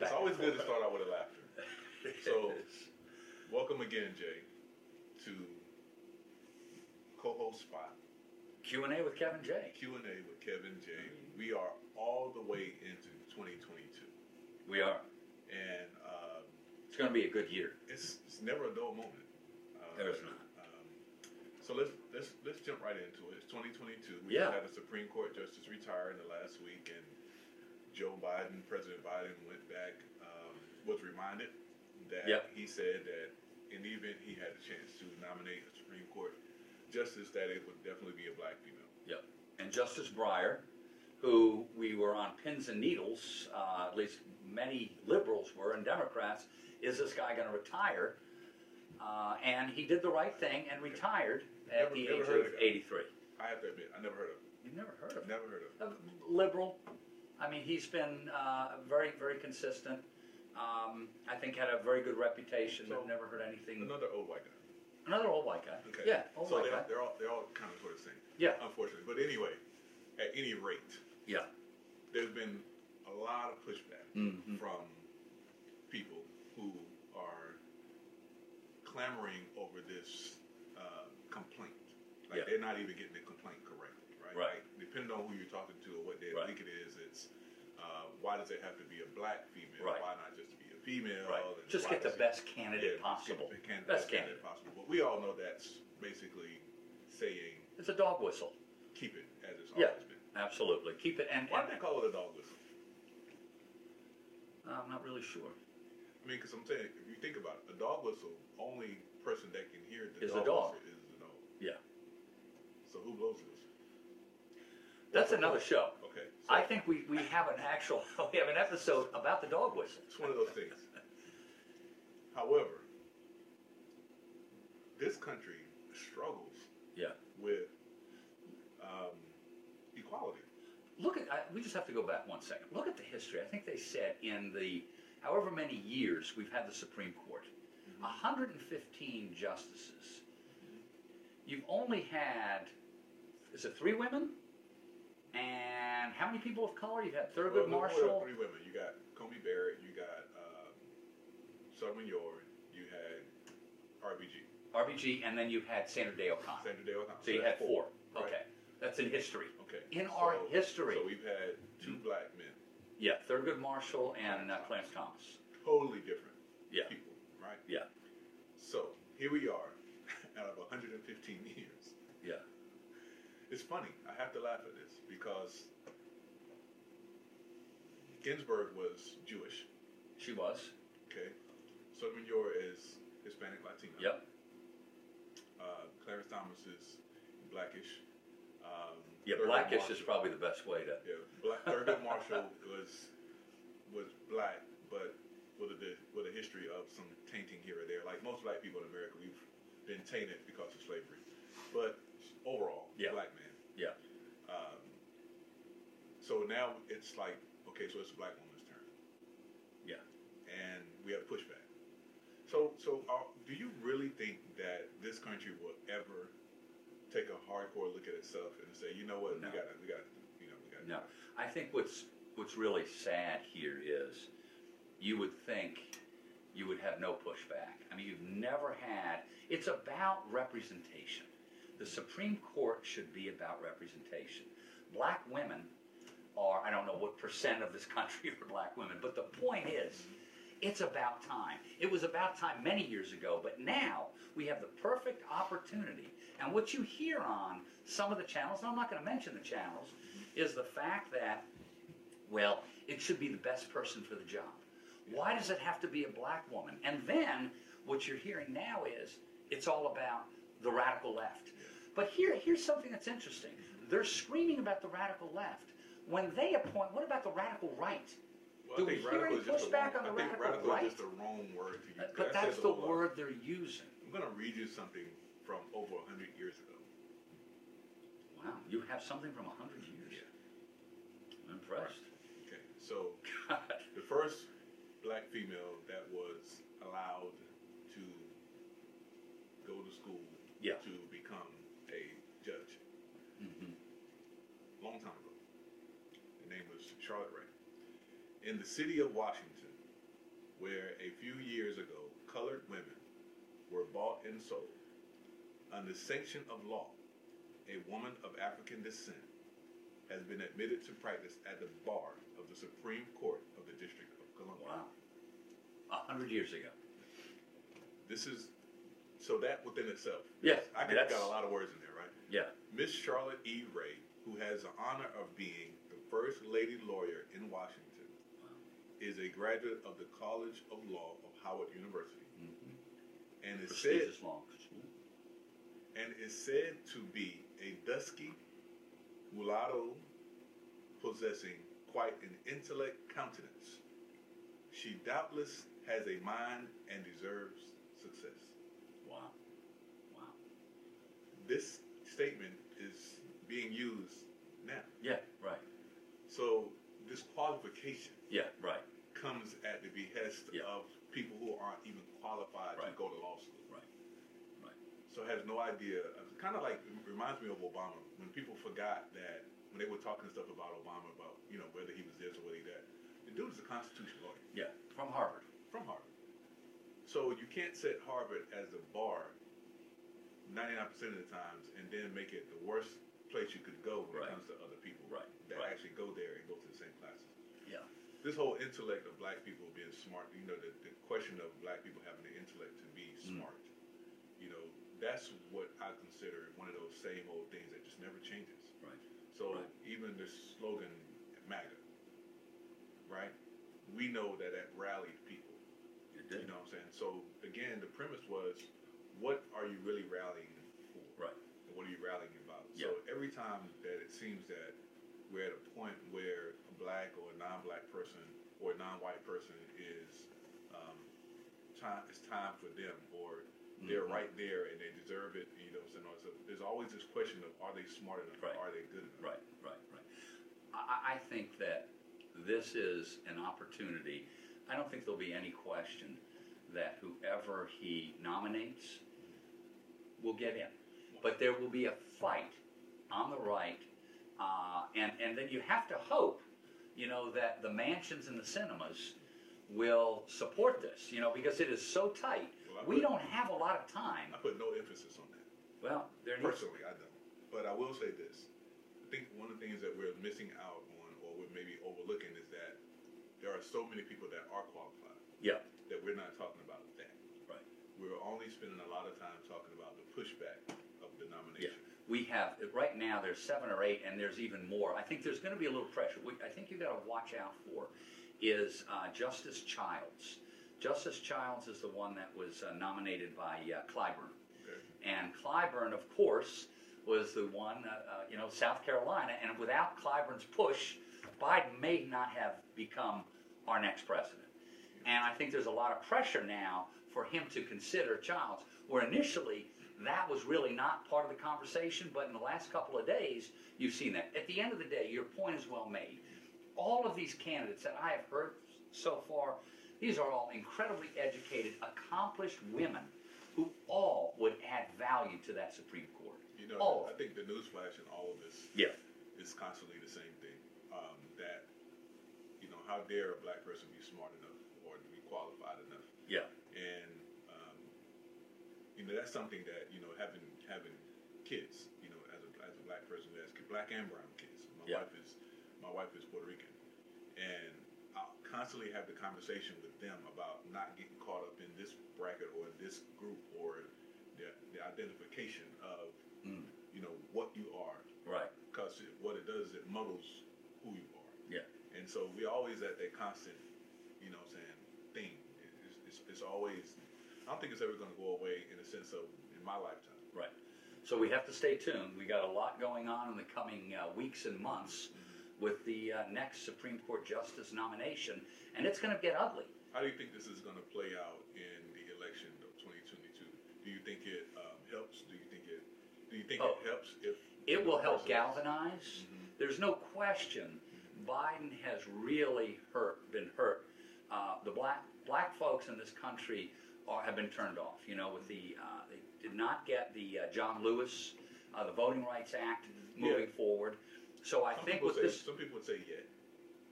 it's always good to start out with a laughter. So, welcome again, Jay, to co-host spot Q and A with Kevin J. Q and A with Kevin J. We are all the way into 2022, We are. and um, It's going to be a good year. it's, it's never a dull moment. Uh, There's not. Um, so let's let's let's jump right into it. It's 2022. We just Yeah. had a Supreme Court justice retire in the last week, and Joe Biden, President Biden, went back, um, was reminded that Yeah. he said that in the event he had a chance to nominate a Supreme Court justice, that it would definitely be a black female. Yep. And Justice Breyer, who we were on pins and needles, uh, at least many liberals were and Democrats, is this guy going to retire? Uh, and he did the right thing and retired at Never- the never age heard of of the guy. 83. I have to admit, I never heard of him. You've never heard of him. Never heard of him. A Uh, liberal. I mean, he's been uh, very, very consistent. Um, I think had a very good reputation, So- but never heard anything. Another old white guy. Another old white guy. Okay. Yeah, old so white they're, guy. they're all they're all kind of sort of the same. Yeah. Unfortunately, but anyway, at any rate. Yeah. there's been a lot of pushback Mhm. from people who are clamoring over this uh, complaint. Like Yeah. they're not even getting the complaint correctly, right? Right. Like, depending on who you're talking to or what day of Right. the week it is, it's uh, why does it have to be a black female? Right. Why not just be a female? Right. And Just why get the does it- best candidate Yeah, just get possible. the can- Best best candidate candidate. possible. But we all know that's basically saying It's a dog whistle. keep it as it's Yeah, always been. absolutely. Keep it and, Why did and they call it a dog whistle? I'm not really sure. I mean, because I'm saying, if you think about it, a dog whistle, only person that can hear the Is dog, a dog. whistle is the dog. Yeah. So who blows the whistle? That's another show. Okay. So I think we, we have an actual we have an episode about the dog whistle. it's one of those things. However, this country struggles Yeah. with um, equality. Look at I, we just have to go back one second. Look at the history. I think they said in the however many years we've had the Supreme Court, Mm-hmm. 115 justices. You've only had is it three women? And how many people of color? You've had Well, Thurgood look, there are Marshall. Three women. You got Comey Barrett. You got um, Southern Yorn. You had RBG. RBG, and then you had Sandra Day O'Connor. Sandra Day O'Connor. So you that's had four. Right. Okay. That's in history. Okay. In our So- history. Mm-hmm. So we've had two black men, Yeah, Thurgood Marshall and uh, Clarence Thomas. totally different Yeah. people, right? Yeah. So here we are, out of 115 years. Yeah. It's funny. I have to laugh at this because Ginsburg was Jewish. She was. Okay. Sotomayor is Hispanic Latino. Yep. Uh, Clarence Thomas is blackish. Um, Yeah, Thurgood blackish is Marshall- probably the best way to. Yeah, Black Thurgood Marshall was was black, but with a with a history of some tainting here or there. Like most black people in America, we've been tainted because of slavery. But overall, Yeah. black man. Yeah. Um, so now it's like okay, so it's a black woman's turn, Yeah. and we have pushback. So so uh, do you really think that this country will ever take a hardcore look at itself and say, you know what, No. we got to we got to you know we got to No, I think what's what's really sad here is you would think you would have no pushback. I mean, you've never had. It's about representation. The Supreme Court should be about representation. Black women are I don't know what percent of this country are black women, but the point is. It's about time. It was about time many years ago, but now we have the perfect opportunity. And what you hear on some of the channels, and I'm not going to mention the channels, is the fact that, well, it should be the best person for the job. Why does it have to be a black woman? And then what you're hearing now is it's all about the radical left. But here, here's something that's interesting. They're screaming about the radical left. When they appoint, what about the radical right? Well, Do I we think hear radical any is just the pushback wrong- on the I think radical radical right? is just the wrong word to use. But, That that's says the a lot. word they're using. I'm going to read you something from over 100 years ago. Wow, you have something from a hundred years. I'm impressed. Okay. So God. the first black female that was allowed to go to school Yeah. to become a judge, Mhm. long time ago. The name was Charlotte Ray. in the city of Washington, where a few years ago colored women were bought and sold under sanction of law, a woman of African descent has been admitted to practice at the bar of the Supreme Court of the District of Columbia. Wow. A hundred years ago. This is so that within itself. Yeah, I could have that's- got a lot of words in there, right? Yeah. Miss Charlotte E. Ray, who has the honor of being the first lady lawyer in Washington, is a graduate of the College of Law of Howard University Mhm. and is said Prestigious law. and is said to be a dusky mulatto possessing quite an intellect countenance. She doubtless has a mind and deserves success. Wow. Wow. This statement is being used now. Yeah. Right. So this qualification Yeah. Right. comes at the behest Yeah. of people who aren't even qualified to Right. go to law school. Right. Right. so has no idea. Kind of like it reminds me of Obama when people forgot that when they were talking stuff about Obama about you know whether he was this or whether he that. The dude is a constitution lawyer Yeah. From Harvard. from Harvard, so you can't set Harvard as the bar ninety nine percent of the times and then make it the worst place you could go when Right. it comes to other people Right, that right. actually go there and go to the same classes. Yeah. This whole intellect of black people being smart, you know, the, the question of black people having the intellect to be Mm. smart, you know, that's what I consider one of those same old things that just never changes. Right. So Right. even this slogan, MAGA, right? We know that that rallied people. It did. You know what I'm saying? So again, the premise was, what are you really rallying for? Right. And what are you rallying about? So Yeah. every time that it seems that we're at a point where a black or a non-black person or a non-white person is um, time, it's time for them or they're Mhm. right there and they deserve it. You know, so so there's always this question of are they smart enough? Right. Are they good enough? Right, right, right. I, I- I think that this is an opportunity. I don't think there'll be any question that whoever he nominates will get in. But there will be a fight on the right, uh, and, and then you have to hope, you know, that the mansions and the cinemas will support this, you know, because it is so tight. Well, I We would- don't have a lot of time. I put no emphasis on that. Well, there needs Personally, I don't. But I will say this. I think one of the things that we're missing out on or we're maybe overlooking is that there are so many people that are qualified Yeah, that we're not talking about that. right. We're only spending a lot of time talking about the pushback of the Yeah, nomination. we have right now. There's seven or eight, and there's even more. I think there's going to be a little pressure. We, I think you got to watch out for is uh, Justice Childs. Justice Childs is the one that was uh, nominated by uh, Clyburn, Okay. and Clyburn, of course, was the one. Uh, uh, you know, South Carolina, and without Clyburn's push, Biden may not have become our next president. And I think there's a lot of pressure now for him to consider Childs, where initially that was really not part of the conversation, but in the last couple of days, you've seen that. At the end of the day, your point is well made. All of these candidates that I have heard so far, these are all incredibly educated, accomplished women who all would add value to that Supreme Court. You know, all I of them. think the newsflash in all of this Yeah. is constantly the same thing. Um, that, you know, how dare a black person be smart enough or be qualified enough Yeah. and um, you know that's something that you know having having kids you know as a as a black person who has ki- black and brown kids my Yeah. wife is my wife is Puerto Rican and I constantly have the conversation with them about not getting caught up in this bracket or in this group or the, the identification of Mm, you know what you are right. because it, what it does is it muddles who you are Yeah. and so we always at that constant, you know, what I'm saying thing. It's, it's, it's always. I don't think it's ever going to go away in the sense of in my lifetime. Right. So we have to stay tuned. We got a lot going on in the coming uh, weeks and months Mm-hmm. with the uh, next Supreme Court justice nomination, and it's going to get ugly. How do you think this is going to play out in the election of 2022? Do you think it um, helps? Do you think it? Do you think Oh. it helps if It will help Versus- galvanize. Mhm. There's no question. Mm-hmm. Biden has really hurt, been hurt. Uh, the black black folks in this country are, have been turned off. You know, with the uh, they did not get the uh, John Lewis, uh, the Voting Rights Act moving Mm-hmm. Yeah. forward. So I some think people with say this, some people would say yeah,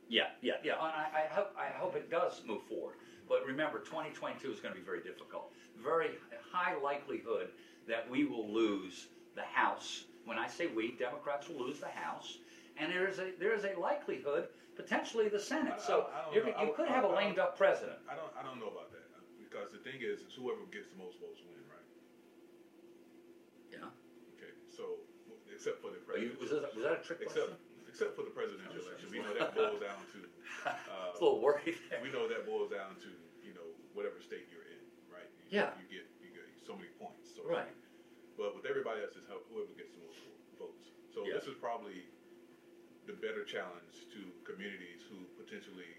Yeah, yeah, yeah. And I, I hope I hope it does move forward. But remember, 2022 is going to be very difficult. Very high likelihood that we will lose the House. When I say we, Democrats will lose the House, and there is a there is a likelihood potentially the Senate. So I- I don't you're, know. you I- could I- have a I- lame duck president. I don't I don't know about that uh, because the thing is, is whoever gets the most votes win, right? Yeah. Okay, so w- except for the Are you- president, was, that, was that a trick except question? except for the presidential election, we know that boils down to I uh, was a little worried. there. we know that boils down to you know whatever state you're in, right? You, Yeah. you get you get so many points, so Right. But with everybody else, it's how, whoever gets the most votes. So Yeah. this is probably the better challenge to communities who potentially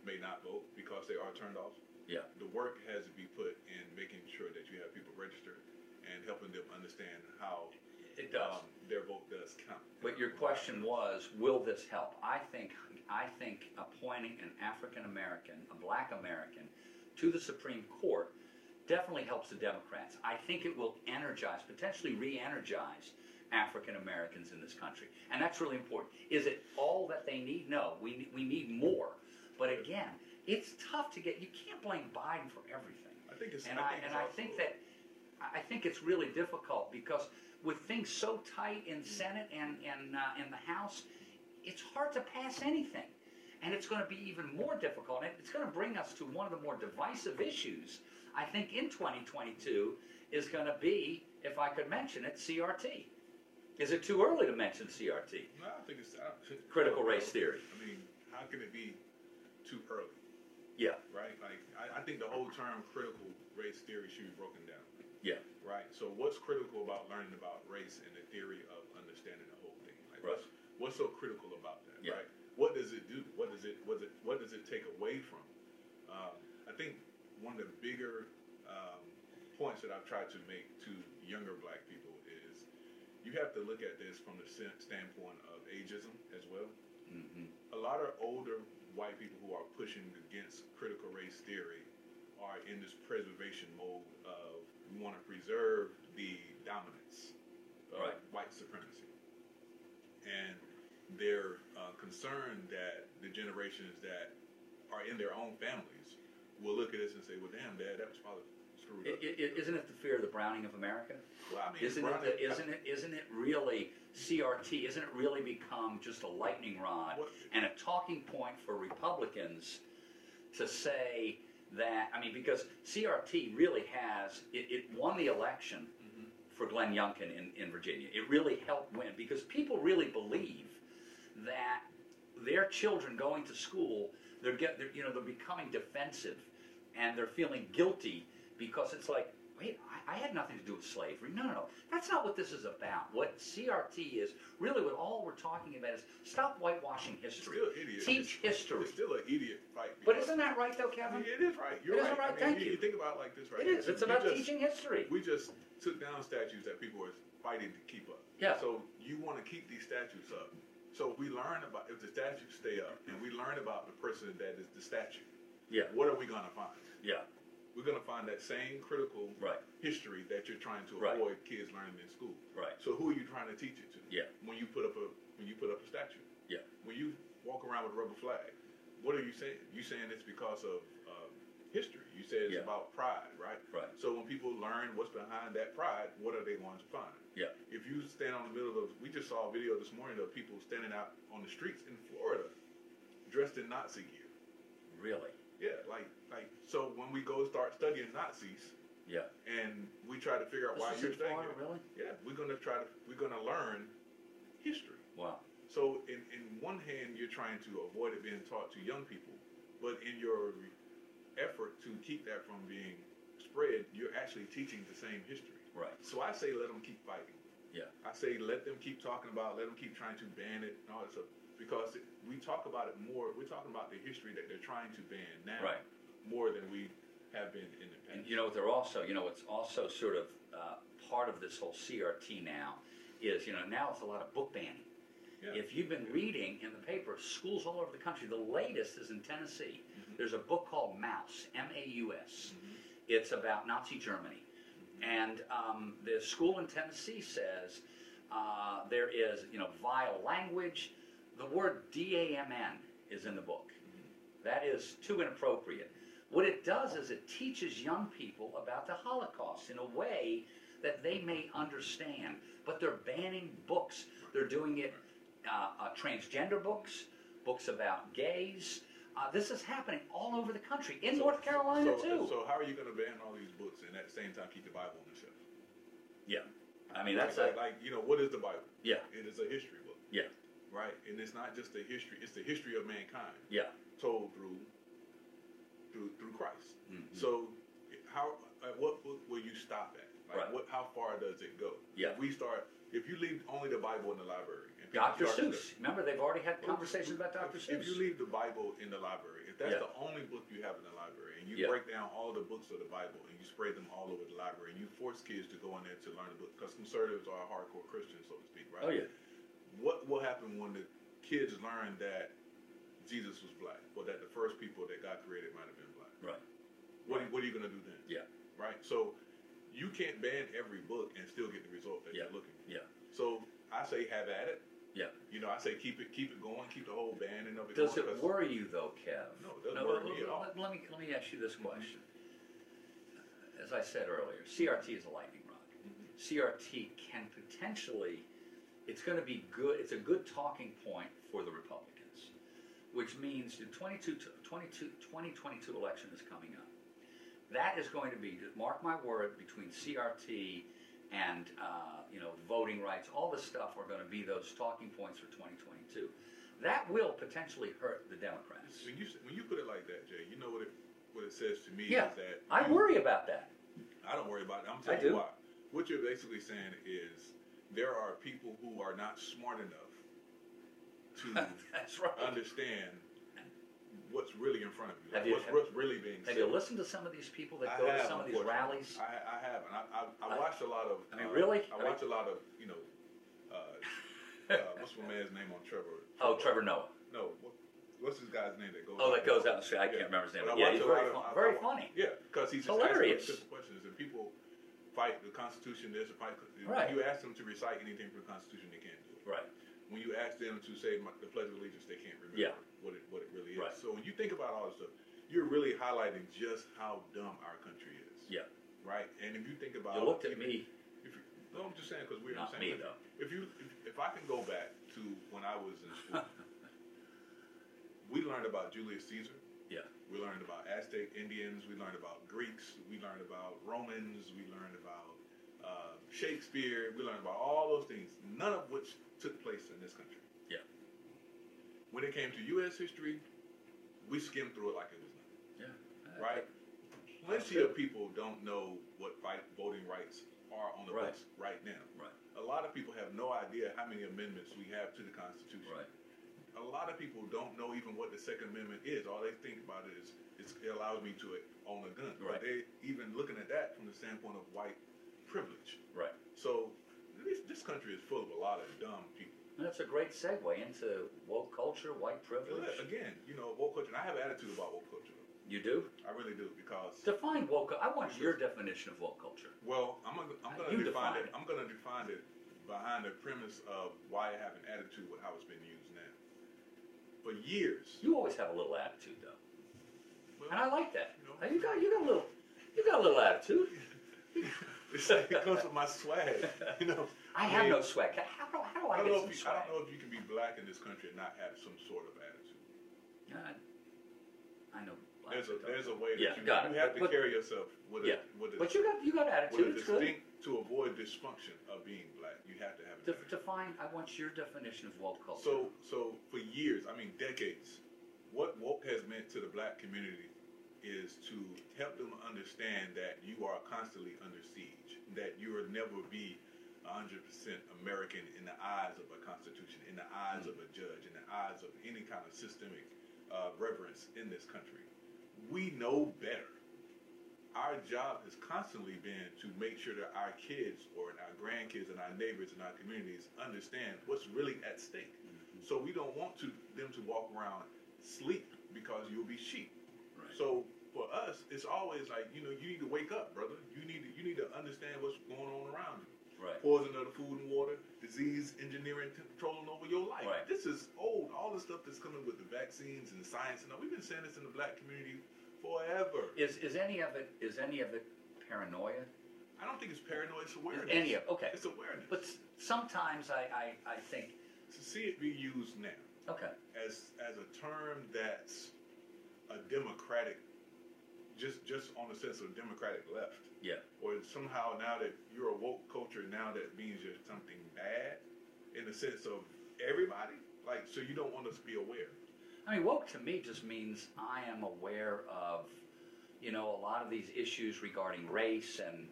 may not vote because they are turned off. Yeah. The work has to be put in making sure that you have people registered and helping them understand how It um, does. their vote does count. But your question was, will this help? I think, I think appointing an African American, a black American, to the Supreme Court definitely helps the Democrats. I think it will energize, potentially re energize African Americans in this country. And that's really important. Is it all that they need? No, we, we need more. But again, it's tough to get, you can't blame Biden for everything. I think it's And I, think and it's I also- think that, I I think it's really difficult because with things so tight in Senate and, and, uh, in the House, it's hard to pass anything. And it's gonna be even more difficult, and it's gonna bring us to one of the more divisive issues, I think in twenty twenty-two, is gonna be, if I could mention it, CRT. Is it too early to mention CRT? No, I think it's I don't- Critical race theory. I mean, how can it be too early, Yeah, right? Like, I, I think the whole term critical race theory should be broken down, yeah, right? So, what's critical about learning about race and the theory of understanding the whole thing? Like, what's, what's so critical about that, Yeah. right? What does it do? What does it what does it, what does it take away from? Um, I think one of the bigger um, points that I've tried to make to younger Black people is you have to look at this from the sen- standpoint of ageism as well hmm a lot of older white people who are pushing against critical race theory are in this preservation mode of we want to preserve the dominance of Right. white supremacy. And they're uh, concerned that the generations that are in their own families will look at this and say, well, damn, dad, that was probably screwed I, up. i- isn't it the fear of the Browning of America? well, I mean, Isn't it, Browning- the- isn't it, isn't it really CRT, isn't it really become just a lightning rod What- and a talking point for Republicans to say that, I mean, because CRT really has, it, it won the election for Glenn Youngkin in, in Virginia. It really helped win because people really believe that their children going to school, they're get, they're, you know, they're becoming defensive and they're feeling guilty because it's like, wait, I, I had nothing to do with slavery. No, no, no. That's not what this is about. What CRT is, really what all we're talking about is stop whitewashing history. still idiot. Teach history. it's still an idiot fight. But because- isn't that right though, Kevin? It is right. You're It is right. right, I mean, thank you, you. you think about it like this, right? It is. It's You about just- teaching history. We just took down statues that people were fighting to keep up. Yeah. So you want to keep these statues up. So if we learn about if the statues stay up, and we learn about the person that is the statue. Yeah. What are we gonna find? Yeah. We're gonna find that same critical Right. history that you're trying to Right. avoid kids learning in school. Right. So who are you trying to teach it to? Yeah. When you put up a when you put up a statue Yeah. when you walk around with a rubber flag, what are you saying? You saying it's because of um, history. You say it's Yeah. about pride, right? Right. So when people learn what's behind that pride, what are they going to find? Yeah. If you stand on the middle of, we just saw a video this morning of people standing out on the streets in Florida, dressed in Nazi gear. Really. Yeah, like like. So when we go start studying Nazis, Yeah. and we try to figure out why This is you're in staying Florida, here, really? yeah, we're gonna try to we're gonna learn history. Wow. So in, in one hand, you're trying to avoid it being taught to young people, but in your effort to keep that from being spread, you're actually teaching the same history. Right. So I say let them keep fighting. Yeah. I say let them keep talking about, it, let them keep trying to ban it and all that stuff. Because it- we talk about it more, we're talking about the history that they're trying to ban now Right. more than we have been in the And past. you know what? They're also, you know, it's also sort of uh, part of this whole CRT now is, you know, now it's a lot of book banning. Yeah. If you've been reading in the paper, schools all over the country, the latest is in Tennessee. There's a book called Mouse, M A U S. It's about Nazi Germany. And um, the school in Tennessee says uh, there is, you know, vile language. The word D A M N is in the book. That is too inappropriate. What it does is it teaches young people about the Holocaust in a way that they may understand. But they're banning books. They're doing it uh, uh, transgender books, books about gays. Uh, this is happening all over the country, in North Carolina so, too. So how are you going to ban all these books and at the same time keep the Bible on the shelf? yeah, I mean that's like, a like you know what is the Bible? yeah, It is a history book, yeah, right? And it's not just the history; it's the history of mankind yeah. told through through through Christ. Mhm. So how at what book will you stop at? Like Right. what? How far does it go? Yeah. If we start if you leave only the Bible in the library. And people Dr. start- Seuss. Remember, they've already had conversations about Dr. If- Seuss. If you leave the Bible in the library, if that's Yeah. the only book you have in the library, and you Yeah. break down all the books of the Bible and you spread them all over the library, and you force kids to go in there to learn the book, because conservatives are hardcore Christians, so to speak, right? oh yeah, What will happen when the kids learn that Jesus was black, or that the first people that God created might have been black? right. What, what are you going to do then? Yeah, Right? So you can't ban every book and still get the result that Yeah. you're looking for. yeah, So I say have at it. yeah. You know, I say keep it keep it going, keep the whole banning of it Does going. it 'cause- worry you though, Kev? No, it doesn't worry but me let- at all. Let, let me let me ask you this question. As I said earlier, CRT is a lightning rod. Mm-hmm. CRT can potentially, it's going to be good. It's a good talking point for the Republicans, which means the 22, 22, 2022 election is coming up. That is going to be, mark my word, between CRT and uh, you know voting rights, all this stuff are going to be those talking points for 2022. That will potentially hurt the Democrats. When you when you put it like that, Jay, you know what it what it says to me Yeah, is that I you- worry about that. I don't worry about it. I'm I telling do. you why. What you're basically saying is there are people who are not smart enough to That's right. understand what's really in front of you, Have like you- what's, have- what's really being Have said. you listened to some of these people that I go to have, some of these unfortunately. rallies? I, I have, and I, I, I I- watched a lot of. I mean, uh, really? I I mean- watched a lot of you know, uh, uh, what's my man's name on Trevor? Oh, Trevor Noah. No, what, what's this guy's name that goes? Oh, out that there? goes out in the street. I can't remember his name. But I yeah, watch he's a lot very, of- fun, I- very I- funny. Yeah, because he's just Hilarious. asking simple questions, and people fight the Constitution. There's a fight. If Right. You ask them to recite anything from the Constitution, they can't do it. Right. When you ask them to say my, the Pledge of Allegiance, they can't remember Yeah. what it what it really is. Right. So when you think about all this stuff, you're really highlighting just how dumb our country is. Yeah. Right. And if you think about, You looked at even- me. If you, no, I'm just saying because we're in the Not same me, country. though. If you if, if I can go back to when I was in school, we learned about Julius Caesar. Yeah. We learned about Aztec Indians. We learned about Greeks. We learned about Romans. We learned about uh, Shakespeare. We learned about all those things, none of which took place in this country. Yeah. When it came to U.S. history, we skimmed through it like it was nothing, Yeah. right? Plenty of people don't know what vi- voting rights are on the Right. books right now. Right. A lot of people have no idea how many amendments we have to the Constitution Right. a lot of people don't know even what the Second Amendment is. All they think about is it's, it allows me to own a gun. Right. But they even looking at that from the standpoint of white privilege. Right. So this, this country is full of a lot of dumb people. And that's a great segue into woke culture, white And privilege. look, again, you know, woke culture. And I have an attitude about woke culture. You do? I really do because Define woke. I want your definition of woke culture. well, I'm gonna, I'm gonna You define define it. it. I'm gonna define it behind the premise of why I have an attitude with how it's been used now. For years, You always have a little attitude, though, well, and I like that. You know. Now, You got you got a little you got a little attitude. it's, it comes with my swag. You know, I have mean, no swag. How do, how do I, I don't, get know some if you, swag? I don't know if you can be black in this country and not have some sort of attitude. I, I know. black There's a people. there's a way that Yeah, you, got you it. have to But- but- carry yourself with yeah, a with a, but you got you got with a attitude. It's good. distinct to avoid dysfunction of being black. You have to have an De- attitude. define. I want your definition of woke culture. So so for years, I mean decades, what woke has meant to the black community is to help them understand that you are constantly under siege, that you will never be 100% American in the eyes of a constitution, in the eyes of a judge, in the eyes of any kind of systemic uh, reverence in this country. We know better. Our job has constantly been to make sure that our kids or our grandkids and our neighbors and our communities understand what's really at stake. So we don't want to them to walk around sleep because you'll be sheep. Right. So for us, it's always like you know you need to wake up, brother. You need to, you need to understand what's going on around you. Right. poison of the food and water, disease engineering t- controlling over your life. Right. This is old. All the stuff that's coming with the vaccines and the science and all. We've been saying this in the black community forever. Is is any of it is any of it paranoia? I don't think it's paranoid. It's Is awareness. any of okay? It's awareness. But s- sometimes I I, I think to see it be used now okay as as a term that's a democratic, just just on the sense of democratic left, yeah or somehow now that you're a woke culture, now that means you're something bad, in the sense of everybody. Like, so you don't want us to be aware. I mean, woke to me just means I am aware of, you know, a lot of these issues regarding race and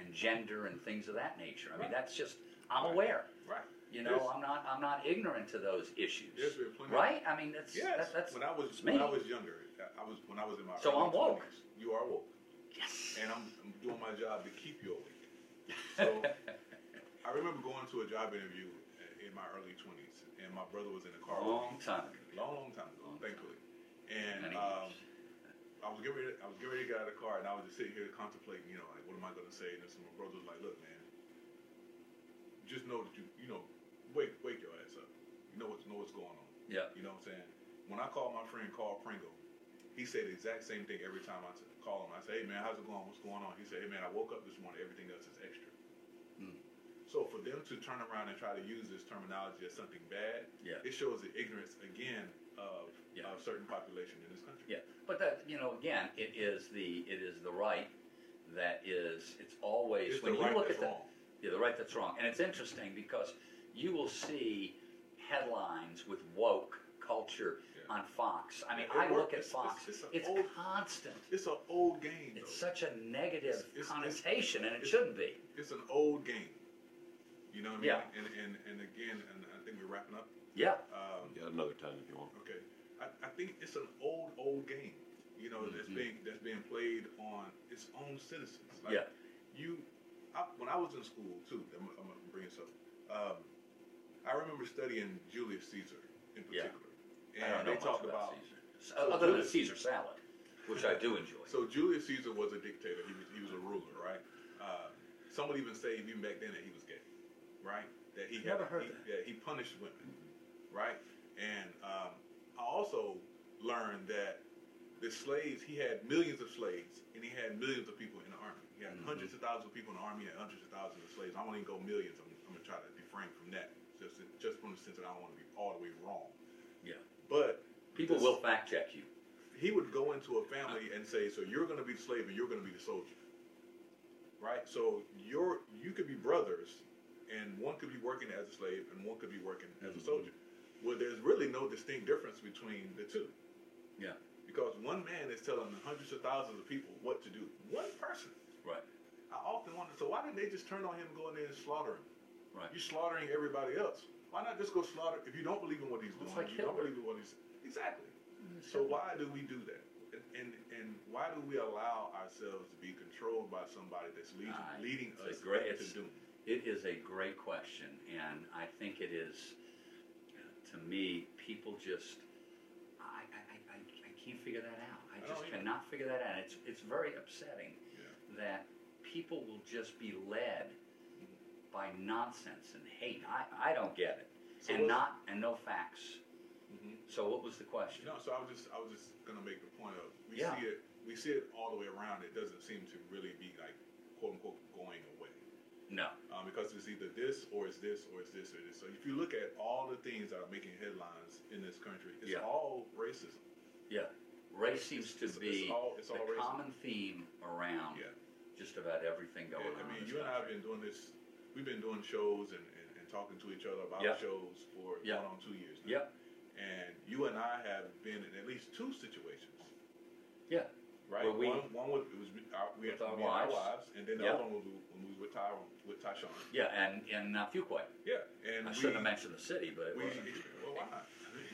and gender and things of that nature. I mean, Right. that's just I'm Right. aware. Right. You know, There's- I'm not I'm not ignorant to those issues. There's been plenty of- right? I mean, that's Yes. that, that's when I was it's when me. I was younger, I- I was when I was in my So early I'm woke. 20s, You are woke, yes. and I'm, I'm doing my job to keep you awake. So I remember going to a job interview in my early 20s, and my brother was in the car. Long with me. time. long, long time ago, Long time. thankfully. And Many um, years. I was getting ready. I was getting ready to get out of the car, and I was just sitting here contemplating, you know, like what am I going to say? And then some- my brother was like, "Look, man, just know that you, you know, wake, wake your ass up. You know what's know what's going on. yeah. You know what I'm saying? When I called my friend Carl Pringle, he said the exact same thing every time I t- call him. I say, hey man, how's it going? What's going on? He said, hey man, I woke up this morning. Everything else is extra. Mm. So for them to turn around and try to use this terminology as something bad, Yeah. it shows the ignorance again of Yeah. of certain population in this country. Yeah, but that you know, again, it is the it is the right that is. It's always It's when the you right look that's at the wrong. yeah the right that's wrong, and it's interesting because you will see headlines with woke culture Yeah. on Fox. I mean, It I works. look at It's- Fox; it's- it's, it's an old- constant. It's an old game. It's though. such a negative It's- it's- connotation, and it it's- shouldn't be. it's an old game. You know what I mean? Yeah. And and and again, and I think we're wrapping up. Yeah, Um, Yeah, another time if you want. Okay, I, I think it's an old old game, you know, that's Mhm. being that's being played on its own citizens. Like Yeah. you, I, when I was in school too, I'm, I'm gonna bring this up. Um, I remember studying Julius Caesar in Yeah. particular, I don't and know they much talk about, about. Caesar, So- other than the Caesar salad, which I do enjoy. So Julius Caesar was a dictator. He was he was a ruler, right? Uh, some would even say even back then that he was gay, right? That he Never heard he, that. Yeah, he punished women, right? And um, I also learned that the slaves he had millions of slaves, and he had millions of people in the army. He had Mhm. hundreds of thousands of people in the army, and hundreds of thousands of slaves. I won't even go millions. I'm, I'm gonna try to refrain from that, just just from the sense that I don't want to be all the way wrong. yeah, But people this- will fact check you. he would go into a family and say, "So you're going to be the slave, and you're going to be the soldier." Right. So you're you could be brothers, and one could be working as a slave, and one could be working as a Mhm. soldier. Well, there's really no distinct difference between the two Yeah, because one man is telling hundreds of thousands of people what to do. One person. right, I often wonder. So why didn't they just turn on him, and go in there and slaughter him? right. You're slaughtering everybody else. Why not just go slaughter? If you don't believe in what he's doing, It's like you don't Hitler. Mm-hmm. believe in what he's exactly. So why do we do that? And, and and why do we allow ourselves to be controlled by somebody that's leading, Aye. leading Ah, It's a us great- to it's- doom? It is a great question, and I think it is, to me, people just, I, I, I, I can't figure that out. I I just don't either. cannot figure that out. It's, it's very upsetting that people will just be led by nonsense and hate. I, I don't get it. So and what's- not, and no facts. Mhm. So what was the question? No, so I was just I was just gonna make the point of we Yeah. see it we see it all the way around. It doesn't seem to really be like quote unquote going away No. um, because it's either this or it's this or it's this or this. So if you look at all the things that are making headlines in this country, it's Yeah. all racism. Yeah. Race seems to It's- it's- be it's all- it's all the racism. common theme around Yeah. just about everything going Yeah, on. I in mean, this you and I have country. been doing this. We've been doing shows and, and, and talking to each other about Yeah. shows for Yeah. going on two years. now. Yep. And you and I have been in at least two situations, Yeah. right? Where we- one, one was, it was me- our, we had With our me and our wives. wives, and then the Yeah. other one was when we were with Ty, with Tyshawn. Yeah, and in uh, Fuquay. Yeah, and I we, shouldn't have mentioned the city, but it we, wasn't. well, why not?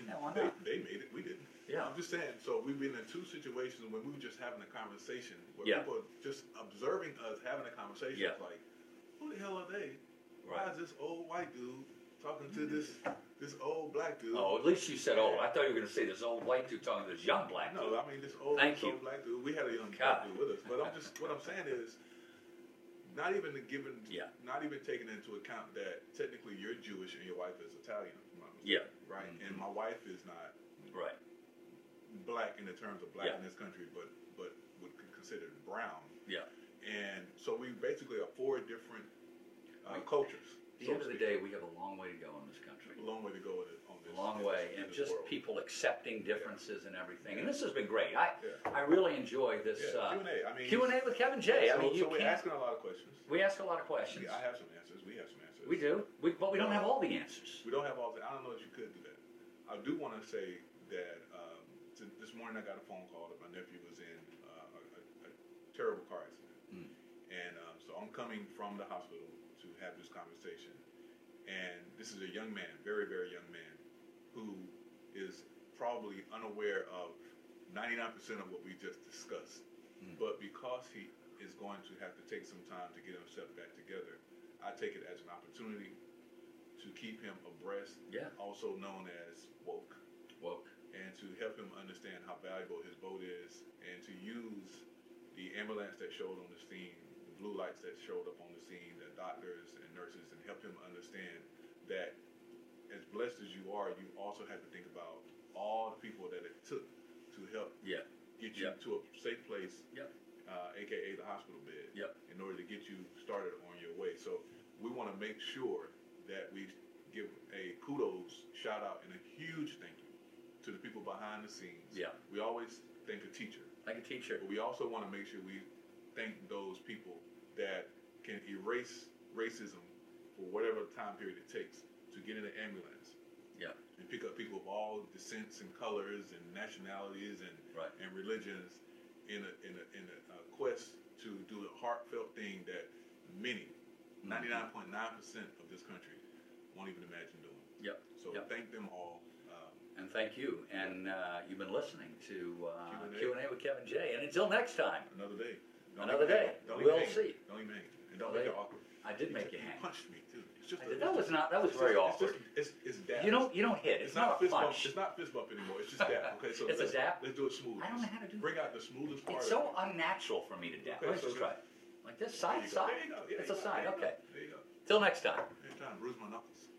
No, why They- not? They, made it, we didn't. Yeah. I'm just saying. So we've been in two situations when we were just having a conversation, where Yeah. people are just observing us having a conversation, Yeah. like, who the hell are they? Why Right. Mm-hmm. is this old white dude talking to this this old black dude? Oh, at least you said old. I thought you were going to say this old white dude talking to this young black dude. no, I mean this old, Thank this old you. black dude. We had a young God. black dude with us, but I'm just what I'm saying is Not even the given, Yeah. not even taking into account that technically you're Jewish and your wife is Italian, if I'm not mistaken, Yeah. right. And Mhm. my wife is not Right. black in the terms of black Yeah. in this country, but but would be considered brown. Yeah. And so we basically are four different uh, We- cultures. At the so end to of the speak. day, we have a long way to go in this country. a long way to go with it on this. A long in way, this- in and this just world. people accepting differences and everything. And this has been great. I Yeah. I really enjoy this Yeah, uh, Q&A. I mean, Q and A with Kevin J. I so, mean, you so we're can't. asking a lot of questions. we ask a lot of questions. Yeah, I have some answers. We have some answers. we do, we, but we don't have all the answers. We don't have all the. I don't know that you could do that. I do want to say that um, t- this morning I got a phone call that my nephew was in uh, a, a, a terrible car accident, Mm. and um, so I'm coming from the hospital to have this conversation. And this is a young man, very very young man, who is probably unaware of 99% of what we just discussed. Mm. But because he is going to have to take some time to get himself back together, I take it as an opportunity to keep him abreast, Yeah, also known as woke, woke. and to help him understand how valuable his vote is, and to use the ambulance that showed on the scene, the blue lights that showed up on the scene, the doctors and nurses, and help him understand that as blessed as you are, you also have to think about all the people that it took to help Yeah, get you Yep. to a safe place, Yep. uh, aka the hospital bed, Yep. in order to get you started on your way. So we want to make sure that we give a kudos, shout out, and a huge thank you to the people behind the scenes. Yeah. We always thank a teacher, like a teacher. but we also want to make sure we thank those people that can erase racism for whatever time period it takes to get in an ambulance Yeah, and pick up people of all descents and colors and nationalities and right. and religions in a in a in a uh, quest to do a heartfelt thing that many, Mm-hmm. ninety nine point nine percent of this country won't even imagine doing. Yep. So Yep. thank them all. Um, And thank you. And uh, you've been listening to uh, Q Q&A. and A with Kevin J. And until next time, another day. Another even day. hang- Don't We'll even hang. see. Don't even hang. And don't Well, make it they- awkward. I did make you He hang. punched me too. It's just I a- did. That was not. That was it's very just- awkward. It's just, it's, it's dab. You don't. You don't hit. It's, not, a fist bump. punch. It's not fist bump anymore. It's just dab. Okay, so It's a let's, dab? Let's do it smooth. I don't know how to do Bring out the smoothest part. It's of so you. unnatural for me to dab. Okay, Let's so just good. try. it. Like this There side you go. side. There you go. Yeah, It's you a go. side. There you go. Okay. There you go. Till next time. Every time, bruise my knuckles.